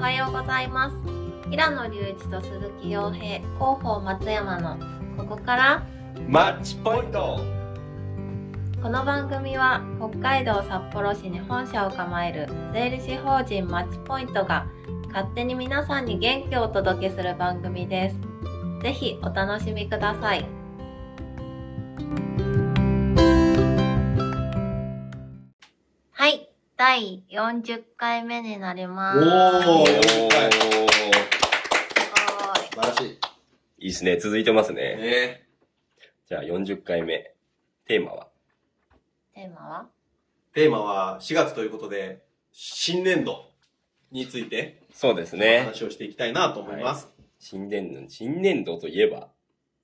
はようございます平野隆一と鈴木洋平広報松山のここからマッチポイントこの番組は北海道札幌市に本社を構える税理士法人マッチポイントが勝手に皆さんに元気をお届けする番組ですぜひお楽しみくださいはい第40回目になりますおーす素晴らしい。いいですね。続いてますね。ねじゃあ40回目。テーマはごいテーマはテーマは4月ということで、新年度についてそうですおね。話をしていきたいなと思います。新年度、新年度といえば、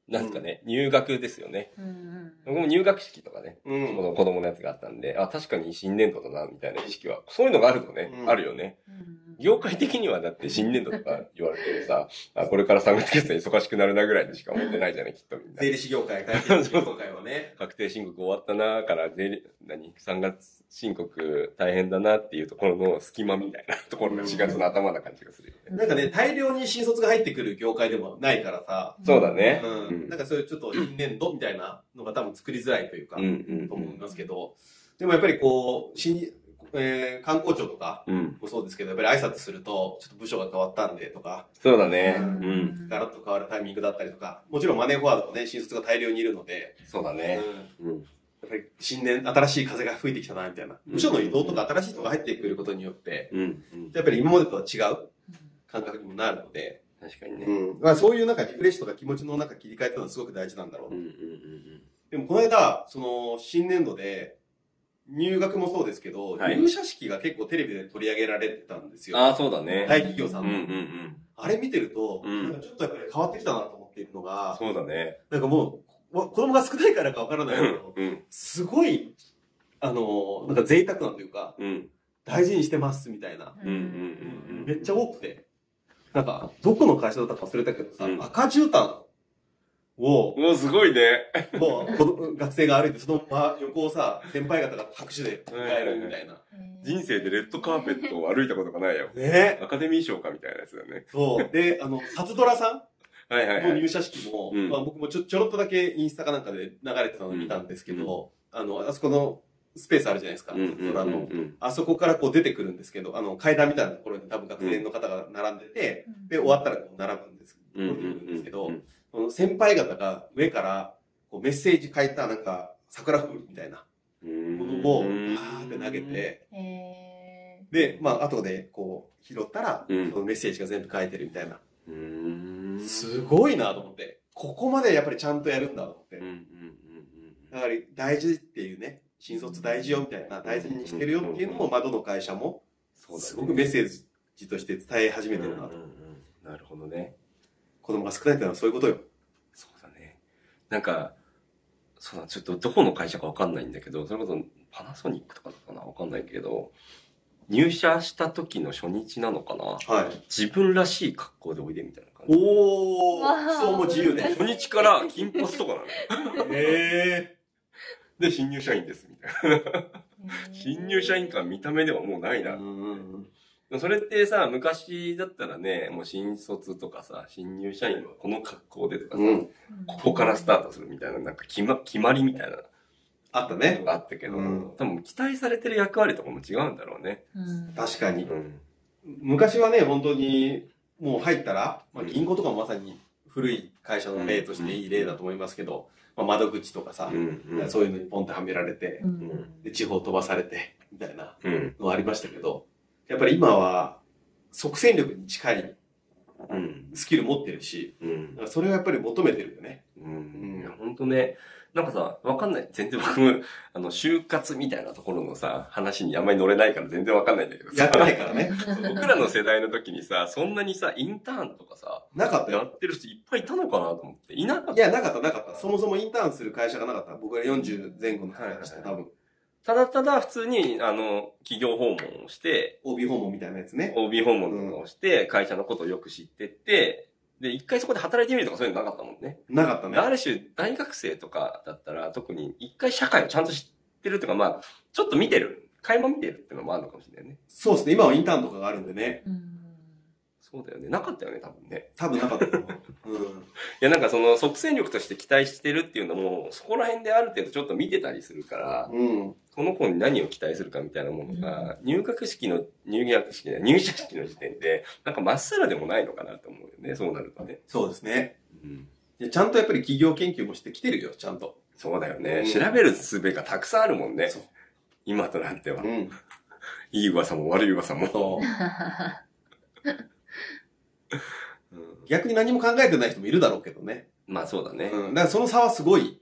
なんですかね、入学ですよね。うんうん僕も入学式とかね、う子ん。供子供のやつがあったんで、あ、確かに新年度だな、みたいな意識は。そういうのがあるとね、うんあるよね。うん業界的にはだって新年度とか言われてもさ、あこれから3月月で忙しくなるなぐらいでしか思ってないじゃない、きっとみんな税。理士業界、会計士業界はね。確定申告終わったなーから、税理、何 ?3 月申告大変だなっていうところの隙間みたいなところが4月の頭な感じがするよね。なんかね、大量に新卒が入ってくる業界でもないからさ、そうだねううんん。なんかそういうちょっと新年度みたいなのが多分作りづらいというか、うんとう思いんますけど、でもやっぱりこう、新、えー、観光庁とかうん。うん。もそうですけど、やっぱり挨拶すると、ちょっと部署が変わったんでとか、そうだね。ううんん。ガラッと変わるタイミングだったりとか、もちろんマネーフォワードもね、新卒が大量にいるので、そうだうん、やね。うん。っぱり新年、新しい風が吹いてきたな、みたいな。部署の移動とか新しい人が入ってくることによって、うん。やっぱり今までとは違う感覚にもなるので、確かにね。うんまあ、そういうなんかリフレッシュとか気持ちのなんか切り替えっていうのはすごく大事なんだろう。うんうんうんでもこの間、その新年度で、入学もそうですけど、はい入社式が結構テレビで取り上げられてたんですうん。よ。ああ、そうだね。大企業さうんんうんの。うん。あれ見てると、うんなんかちょっとやっぱり変わってきたなと思っているのが、そうだね。なんかもう、わ子供が少ないからかわからうないけんど、うんすごい、あのー、なんか贅沢なというか、うん大事にしてますみたいな。うんうんうん。めっちゃ多くて。なんか、どこの会社だったか忘れたけどさ、うん赤絨毯を、もうすごいね。こう子供学生が歩いて、そのま横をさ、先輩方が拍手で迎えるみたいな。人生でレッドカーペットを歩いたことがないよ。ねアカデミー賞かみたいなやつだよね。そう。で、あの、初ドラさはいはいんのはい。入社式も、うんまあ、僕もちょちょろっとだけインスタかなんかで流れてたの見たんですけど、あの、あそこのスペースあるじゃないですか、うんうん初ドうラんの。うん。あそこからこう出てくるんですけど、あの階段みたいなところに多分学生の方が並んでて、で、終わったらこう並ぶんです。降うんうりてくるんですけどん、その先輩方が上からこうメッセージ書いたなんか桜吹雪みたいなうん。ものをうバんーって投げて、えーで、まあ後でこう拾ったら、うんそのメッセージが全部書いてるみたいな。うーんすごいなと思って、ここまでやっぱりちゃんとやるんだと思ってうん。うんうんうんやはり大事っていうね、新卒大事よみたいな、大事にしてるよっていうのも、まあどの会社もうん。すごくメッセージとして伝え始めてるなとうんうんうんなるほどね。子供が少ないってのはそういうことよ。そうだね。なんか、そうだ、ちょっとどこの会社かわかんないんだけど、それこそパナソニックとかだったかなわかんないけど、入社した時の初日なのかなはい。自分らしい格好でおいでみたいな感じ。おわーー、そうも自由 ね。初日から金髪とかなのよ。えで、新入社員です、みたいな。新入社員感見た目ではもうないえな。それってさ、昔だったらね、もう新卒とかさ、新入社員はこの格好でとかさ、うん。ここからスタートするみたいな、なんか決ま決まりみたいなあったのね。があったけど、うん多分期待されてる役割とかも違うんだろうね。うん確かうに。ん。昔はね、本当に、もう入ったら、まあ、うん銀行とかもまさに古い会社の例としていい例だと思いますけど、まあ、窓口とかさう、ん。そういうのにポンってはめられて、うんで、地方飛ばされて、みたいなうん。のありましたけど、やっぱり今は、即戦力に近いうん。スキル持ってるし、うんだ。からそれはやっぱり求めてるよね。うん。うんいや、ほんとね、なんかさ、わかんない。全然僕、あの、就活みたいなところのさ、話にあんまり乗れないから全然わかんないんだけ どさやってないからね。僕らの世代の時にさ、そんなにさ、インターンとかさ、なかったよや。ってる人いっぱいいたのかなと思って。いなかっいや、なかった、なかった。そもそもインターンする会社がなかった。僕が40前後の会社でした、はいは多い分。た。ただただ普通に、あの、企業訪問をして、 OB 訪問みたいなやつね。 OB 訪問とかをして、会社のことをよく知ってって、で、一回そこで働いてみるとかそういうのなかったもんね。なかったね。ある種、大学生とかだったら、特に一回社会をちゃんと知ってるとか、まあ、ちょっと見てる。垣間見てるっていうのもあるのかもしれないね。そうですね。今はインターンとかがあるんでね。うんそうだよね。なかったよね、多分ね。多分なかったと思う。いうん。や、なんかその即戦力として期待してるっていうのも、そこら辺である程度ちょっと見てたりするから、うん。この子に何を期待するかみたいなものが、入学式の、入学式じゃない入社式の時点で、なんかまっさらでもないのかなと思うよね、そうなるとね。そうですね。うん。いやちゃんとやっぱり企業研究もしてきてるよ、ちゃんと。そうだよね。うん調べる術がたくさんあるもんねそう。今となってはう。ん。いい噂も悪い噂も。そう。うん逆に何も考えてない人もいるだろうけどね。まあそうだね。うん。だからその差はすごい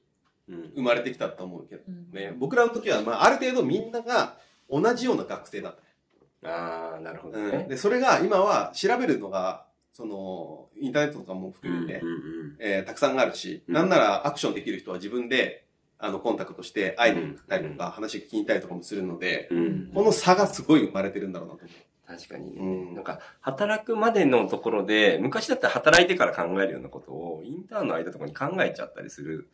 うん生まれてきたと思うけどうんね。僕らの時は、まあ、ある程度みんなが同じような学生だった。ああ、なるほどうねん。。で、それが今は調べるのが、その、インターネットとかも含めて、うんうんえーたくさんあるし、うんなんならアクションできる人は自分で、あの、コンタクトして会いに行ったりとか、話聞いたりとかもするので、うんうんこの差がすごい生まれてるんだろうなと思確かに、う。うん。なんか、働くまでのところで、昔だったら働いてから考えるようなことを、インターンの間とかに考えちゃったりする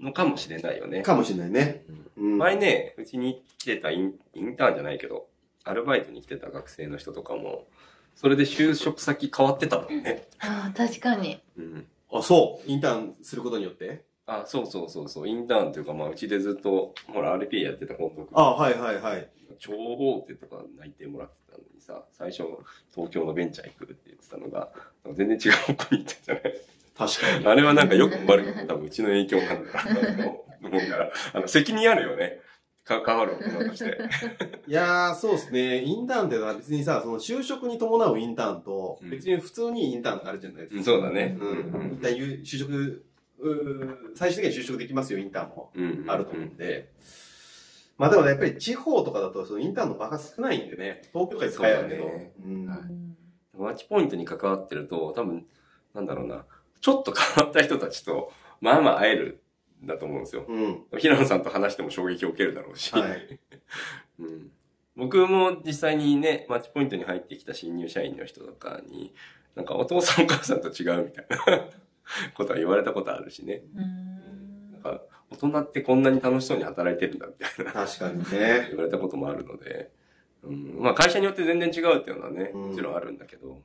のかもしれないよね。かもしれないね。うんうん。前ね、うちに来てたインインターンじゃないけど、アルバイトに来てた学生の人とかも、それで就職先変わってたもんね。ああ、確かに。うん。あ、そう。インターンすることによってあ、そうそうそうそう、インターンというか、まあ、うちでずっと、ほら、RP やってた本あ、当はいはいはい。超大手とか内定もらってたのにさ、最初、東京のベンチャー行くって言ってたのが、なんか全然違う方向に行ったじゃない確かに。あれはなんかよく悪く、多分うちの影響なんだなと思うから、あの、責任あるよね。か、関わる大人として。 いやー、そうですね。インターンってのは別にさ、その就職に伴うインターンとう、ん別に普通にインターンってあるじゃないですか。うんそうだね。うんうん一旦ゆ就職、うー最終的には就職できますよ、インターンも。うんあると思うんで。まあでもね、やっぱり地方とかだと、そのインターンの場が少ないんでね、東京とかいっぱいあるけど。そうだねうんはうんマッチポイントに関わってると、多分、なんだろうな、ちょっと変わった人たちと、まあまあ会える、んだと思うんですよ。うん。平野さんと話しても衝撃を受けるだろうし。はい。うん僕も実際にね、マッチポイントに入ってきた新入社員の人とかに、なんかお父さんお母さんと違うみたいな ことは言われたことあるしね。うんなんか大人ってこんなに楽しそうに働いてるん だみたいな確かにね。言われたこともあるので、うん、まあ会社によって全然違うっていうのはね、うんもちろんあるんだけど、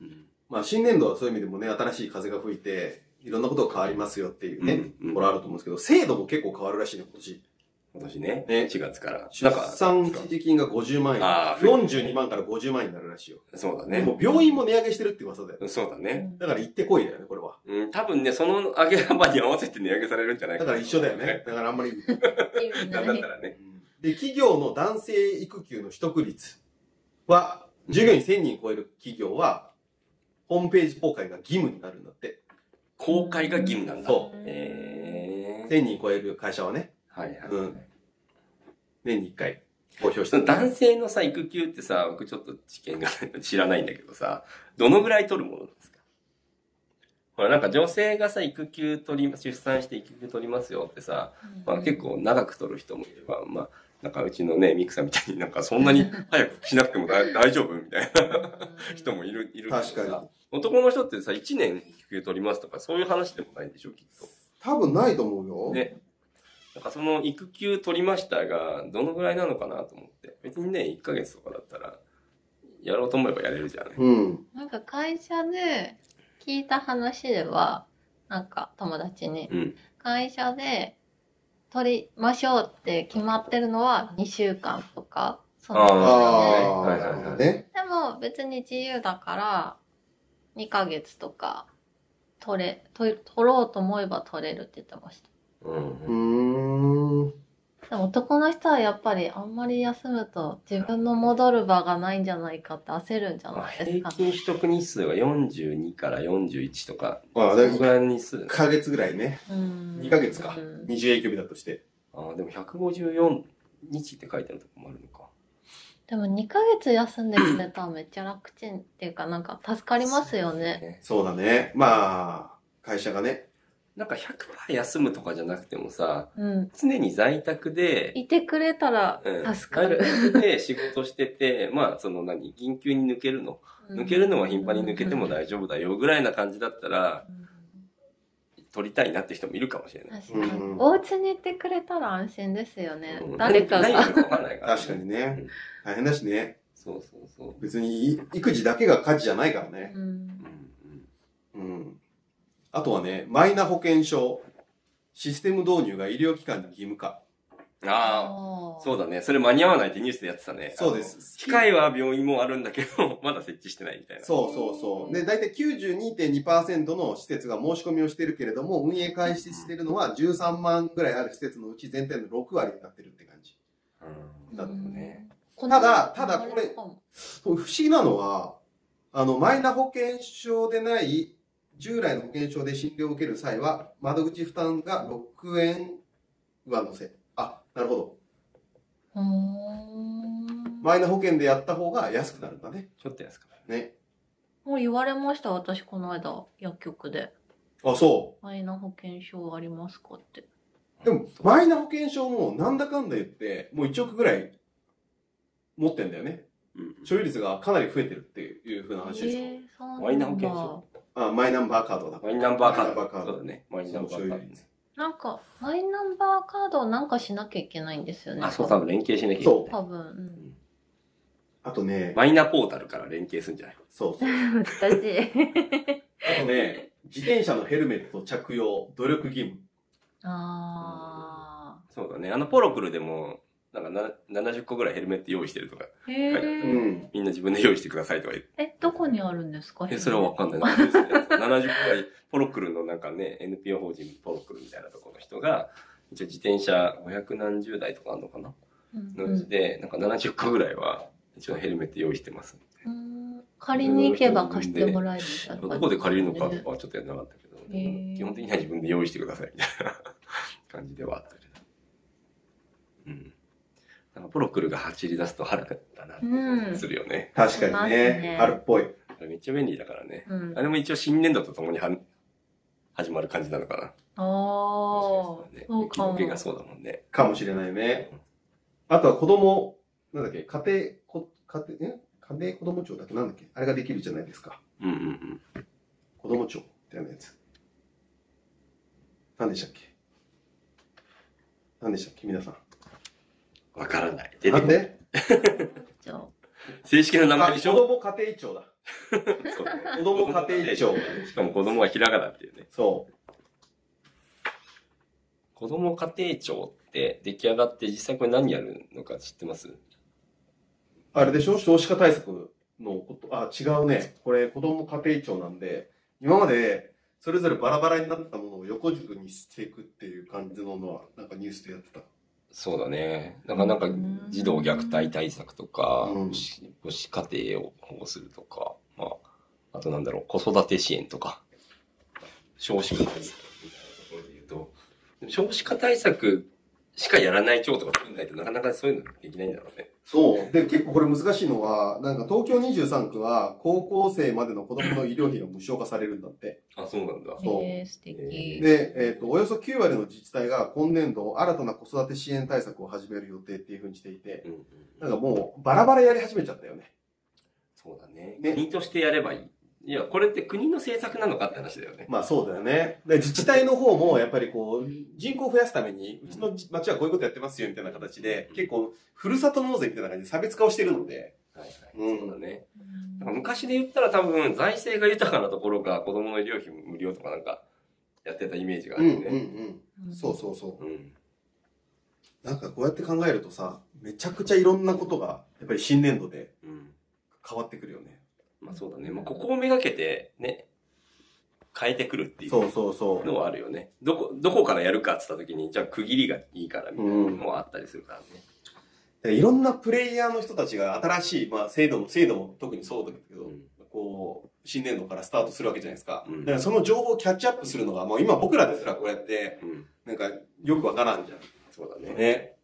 うんまあ新年度はそういう意味でもね、新しい風が吹いて、いろんなことが変わりますよっていうね、うんうんところあると思うんですけど、制度も結構変わるらしいね、今年。今年ね、ね4月から。出産一時金が50万円。あー42万から50万円になるらしいよ。そうだでね。も病院も値上げしてるって噂だよ。そうだね。だから行ってこいだよね、これは。うん、多分ね、その上げ幅に合わせて値上げされるんじゃないだかかなら一緒だよね。。だからあんまり。意味ななんいだったらね。で、企業の男性育休の取得率は、従業員1000人超える企業は、ホームページ公開が義務になるんだって。公開が義務なんだ。そうええ1000人超える会社はね、はいはい。うん年に1回公表しそての男性のさ、育休ってさ、僕ちょっと知見が知らないんだけどさ、どのぐらい取るものなんですかほら、なんか女性がさ、育休取り、出産して育休取りますよってさ、まあ結構長く取る人もいれば、まあ、なんかうちのね、ミクさんみたいになんかそんなに早くしなくても大大丈夫みたいな 人もいる、いるけどさ確かに。男の人ってさ、1年育休取りますとか、そういう話でもないでしょ、きっと。多分ないと思うよ。ね。なんかその育休取りましたが、どのぐらいなのかなと思って。別にね、1ヶ月とかだったら、やろうと思えばやれるじゃない。うん。なんか会社で聞いた話では、なんか友達に、うん。会社で取りましょうって決まってるのは2週間とか、そのぐらいであーはいはいはいなるほどね。でも別に自由だから、2ヶ月とか、取れ、取取ろうと思えば取れるって言ってましうん。ーん。た。でも男の人はやっぱりあんまり休むと自分の戻る場がないんじゃないかって焦るんじゃまあないです平か。均取得日数が42から41とか、ああ、そだいのぶぐらいの日数1。ヶ月ぐらいね。 2 2ヶ月かうん。 20営業日だとして。ああ、でも154日って書いてあるとこもあるのか。でも2ヶ月休んでくれたらめっちゃ楽ちんっていうかなんか助かりますよね。ね。そうだね。まあ、会社がね。なんか100%休むとかじゃなくてもさ、うん。常に在宅で、いてくれたらうん助かる。在宅で仕事してて、 まあ、その何、緊急に抜けるの抜けるのは頻繁に抜けても大丈夫だよぐらいな感じだったら、うん撮りたいなって人もいるかもしれない。確かにうん。お家にいてくれたら安心ですよねうん。誰か何がや。るかわかんないから。確かにねうん。大変だしね。そうそうそう。別に、育児だけが家事じゃないからね。うんうんうんうん。あとはね、マイナ保険証。システム導入が医療機関に義務化。ああ、そうだね。それ間に合わないってニュースでやってたね。そうです。機械は病院もあるんだけど、 まだ設置してないみたいな。そうそうそう。で、だいたい92.2%の施設が申し込みをしてるけれども、運営開始してるのは13万ぐらいある施設のうち全体の6割になってるって感じ。うんだろうねたただただこれ不思議なのは、あの、マイナ保険証でない、従来の保険証で診療を受ける際は、窓口負担が6円上乗せ。あ、なるほど。マイナ保険でやった方が安くなるんだね。ちょっと安かった。ね。もう言われました私この間薬局であ、そマイナ保険証ありますかってう。でも、マイナ保険証もなんだかんだ言って、もう1億ぐらい持ってんだよね。うん所有率がかなり増えてるっていう風な話でしょ。えーそうなんだマイナ保険証あ、マイナンバーカードだから。マイナンバーカーマイナンバーカード。ドそうだね。マイナンバーカそうー所有ド率。なんかマイナンバーカードをなんかしなきゃいけないんですよねあ、そう、多分連携しなきゃいけないそね。多分、あとね、マイナポータルから連携するんじゃないそうそうう。ん、難しい あとね、自転車のヘルメット着用、努力義務。あそうだね。あのポロクルでも、なんかな70個ぐらいヘルメット用意してるとか、ーへえ、う。ん。みんな自分で用意してくださいとか言って。えどこにあるんですかえ、それはわかん ないな。70個ぐらい、ポロクルのなんかね、NPO 法人ポロクルみたいなところの人が、一応自転車500何十台とかあるのかなうんのうちで、なんか70個ぐらいは、一応ヘルメット用意してます。うん借りに行けば貸してもらえるみたいなど感じこで借りるのかとかはちょっとやんなかったけど、へー基本的には自分で用意してくださいみたいな感じではあったけど。うん。なんかポロクルが走り出すと春だなって感じするよね。確あかにりますねね、あるっぽい。あれめっちゃ便利だからね。うんあれも一応新年度とともには始まる感じなのかな。ああ、そうかも受。けがそうだもんね。かもしれないね。あとは子供、なんだっけ、家庭、こ家庭、え家庭子供庁だっけなんだっけあれができるじゃないですか。うんうんうん。子供庁ってやるやつ。何でしたっけ何でしたっけ皆さん。わからない。出てなこんないでじゃあ正式な名前あで子しょ供家庭庁だ。そうだね子供家庭庁。しかも子供はひらがなっていうね。そう。子供家庭庁って出来上がって実際これ何やるのか知ってますあれでしょ少子化対策のこと、あ、違うね。これ、子供家庭庁なんで、今まで、それぞれバラバラになったものを横軸にしていくっていう感じののは、なんかニュースでやってた。そうだね。なんか、なんかうん、児童虐待対策とかうん、し母子家庭を保護するとか、まあ、あとなんだろう、子育て支援とか、少子化対策みたいなところで言うと、でも少子化対策しかやらない庁とか作んないとなかなかそういうのできないんだろうね。そう。で、結構これ難しいのは、なんか東京23区は、高校生までの子供の医療費が無償化されるんだって。あ、そうなんだ。そうえー、素敵。で、えっ、と、およそ9割の自治体が今年度、新たな子育て支援対策を始める予定っていうふうにしていて、うんうんなんかもう、バラバラやり始めちゃったよね。そうだね。ね国としてやればいい。いや、これって国の政策なのかって話だよね。 まあそうだよね。で自治体の方もやっぱりこう、人口を増やすために、うちの町はこういうことやってますよみたいな形で、結構、ふるさと納税みたいな感じで差別化をしてるので、はいはい。うんそうだね。うんなんか昔で言ったら多分財政が豊かなところが子供の医療費無料とかなんかやってたイメージがあるよね。んそうそうそうん。う。なんかこうやって考えるとさ、めちゃくちゃいろんなことが、やっぱり新年度でうん。変わってくるよね。まあそうだね。まあここをめがけてね、変えてくるっていそううそうそのはあるよね。どこ、どこからやるかって言った時に、じゃあ区切りがいいからみたいなのもあったりするからね。う。でいろんなプレイヤーの人たちが新しい、まあ制度も、制度も特にそうだけど、うんこう、新年度からスタートするわけじゃないですか。うんだからその情報をキャッチアップするのが、もう今僕らですらこうやって、うん。なんかよくわからんじゃん。そうだね。ね。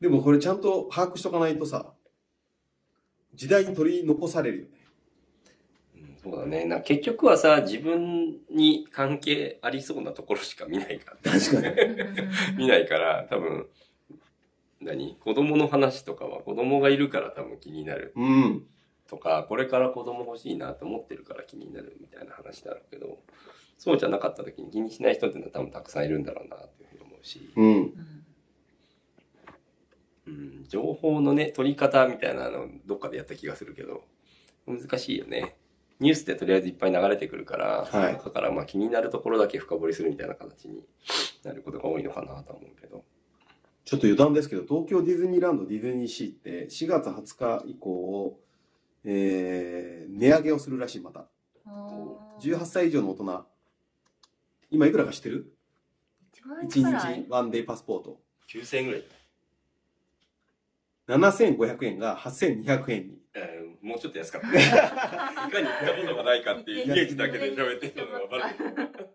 でもこれちゃんと把握しとかないとさ、時代に取り残されるよね。うんそうだね。なんか結局はさ、自分に関係ありそうなところしか見ないから。確かに。見ないから、多分、何子供の話とかは子供がいるから多分気になるうん。とか、これから子供欲しいなと思ってるから気になるみたいな話だろうけど、そうじゃなかった時に気にしない人っていうのは多分たくさんいるんだろうなっていうふうに思うし、うん。うんうん、情報のね、取り方みたいなの、どっかでやった気がするけど、難しいよね。ニュースでとりあえずいっぱい流れてくるから、いその中からまあ気になるところだけ深掘りするみたいな形になることが多いのかなと思うけど。ちょっと余談ですけど、東京ディズニーランド、ディズニーシーって4月20日以降、えー、値上げをするらしい、また。18歳以上の大人。今いくらか知ってる1万円くら ?1 い日ワンデイパスポート。 9000円ぐらい、 7500円が8200円に。えーもうちょっと安かった。い かに行ったことがないかっていうイメージだけで喋ってたのが分かるけど。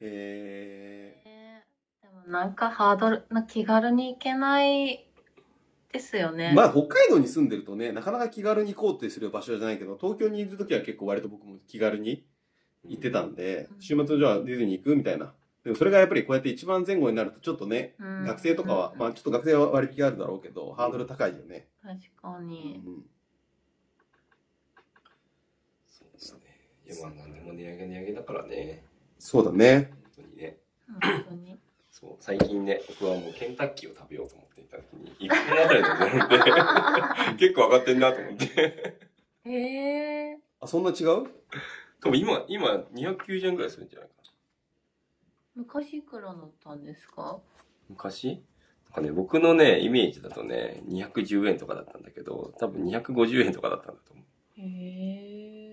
えねでもなんかハードルな気軽に行けないですよね。ー、まあ北海道に住んでるとね、なかなか気軽に行こうってする場所じゃないけど、東京にいるときは結構割と僕も気軽に行ってたんでう、ん週末じゃあディズニー行くみたいな。でもそれがやっぱりこうやって一番前後になるとちょっとね、うん学生とかは、まあちょっと学生は割り気があるだろうけど、ハードル高いよね。確かに。そうですね。いや、まあ、なんでも値上げ値上げだからね。そうだね。本当にね。本当に。そう、最近ね、僕はもうケンタッキーを食べようと思っていた時に、1分あたりの値段で、結構上がってん なと思って。 へえ。あ、そんな違う多分今、今、290円ぐらいするんじゃないかな。昔いくらだったんですか昔なんかね、僕のね、イメージだとね、210円とかだったんだけど、多分250円とかだったんだと思う。へ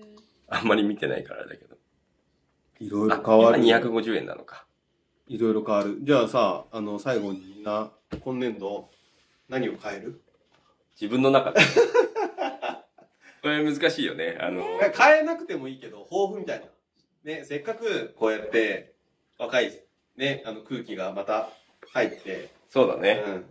え。あんまり見てないからだけど。いろいあろ変わる。今250円なのか。いろいろ変わる。じゃあさ、あの、最後にみんな、今年度、何を変える自分の中で。これ難しいよね。あの、変えなくてもいいけど、抱負みたいな。ね、せっかくこうやって、若い、ね、あの空気がまた入って、そうだね。うん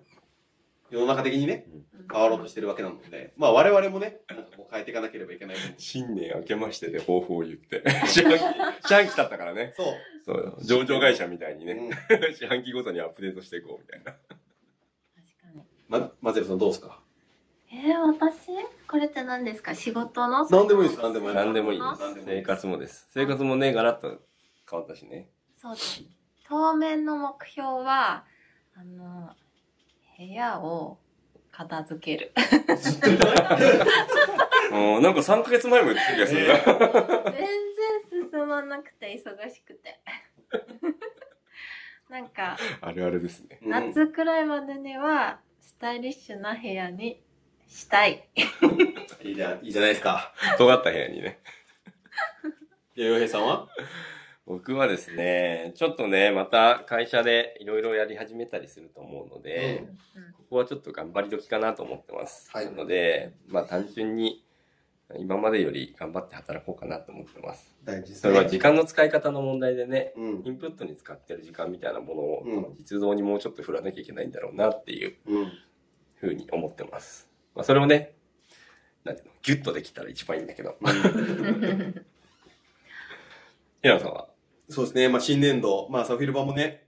世の中的にね、変わろうとしてるわけなので、まあ我々もね、なんかこう変えていかなければいけないと思う新年明けましてで抱負を言 って。四半期、四半期だったからね。そう。そう、上場会社みたいにね、う ん四半期ごとにアップデートしていこうみたいな。確かに。ま、マゼルさんどうですかえー、私これって何ですか仕事の何でもいいです何でもいい何でもいいで何でもいす。い生活もです。生活もね、ガラッと変わったしね。そうです。当面の目標は、あの、部屋を片付け る。うん、なんか3ヶ月前も言ってた気がするな。全然進まなくて忙しくて。 なんか、 あるあるですね。うん夏くらいまでには、スタイリッシュな部屋にしたい。いいじゃんいいじゃないですか。尖った部屋にね。じゃあ、洋平さんは僕はですね、ちょっとね、また会社でいろいろやり始めたりすると思うので、うんここはちょっと頑張り時かなと思ってます。はいなので、まあ単純に、今までより頑張って働こうかなと思ってます。大事ですそれは時間の使い方の問題でね、うんイ。ンプットに使ってる時間みたいなものを、うん実像にもうちょっと振らなきゃいけないんだろうなっていううん。ふうに思ってます。まあ、それをね、なんていうの、ギュッとできたら一番いいんだけど。平野さんは そうですね。まあ、新年度、まあ、サフィルバもね、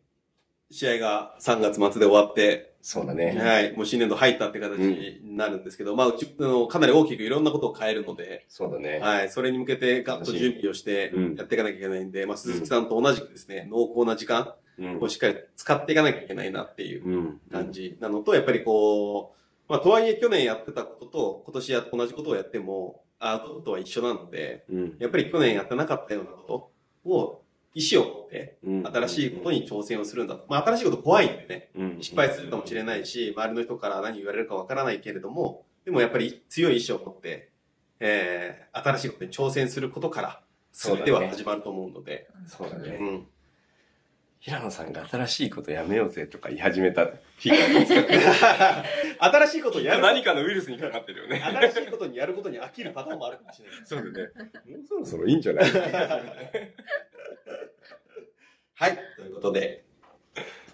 試合が3月末で終わって、そうだね。はい、もう新年度入ったって形になるんですけど、まあ、うち、あの、かなり大きくいろんなことを変えるので、そうだね。はい、それに向けてガッと準備をしてうんやっていかなきゃいけないんで、まあ、鈴木さんと同じくですね、濃厚な時間うんをしっかり使っていかなきゃいけないなっていううん。感じなのと、やっぱりこう、まあ、とはいえ去年やってたことと、今年や同じことをやっても、アウトとは一緒なので、うん。やっぱり去年やってなかったようなことを、意思を持って、うん新しいことに挑戦をするんだと。まあ、新しいこと怖いんでね、失敗するかもしれない。ないし、周りの人から何言われるかわからないけれども、でもやっぱり強い意志を持って、えー、新しいことに挑戦することから、そうだ全てねは始まると思うので、そうだうね。ん。 平野さんが新しいことやめようぜとか言い始めた日がいつか来る新しいことをや る、何かのウイルスにかかってるよね。新しいことにやることに飽きるパターンもあるかもしれない。 そうだね。もうそろそろいいんじゃないはい。ということで、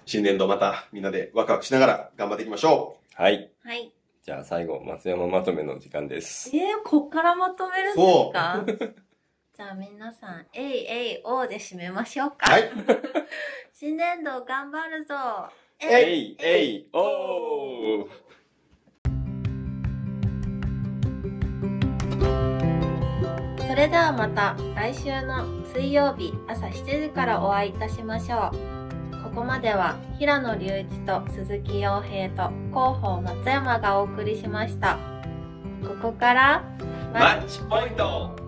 新年度またみんなでワクワクしながら頑張っていきましょはい。はい。じゃあ最後、松山まとめの時間です。えー、こっからまとめるんですか じゃあ皆さん、えいえいおーで締めましょうう。か。はい。新年度頑張るぞえい、えい、おーそれではまた来週の水曜日朝7時からお会いいたしましょう。ここまでは平野隆一と鈴木洋平と広報松山がお送りしましたここからマッチポイント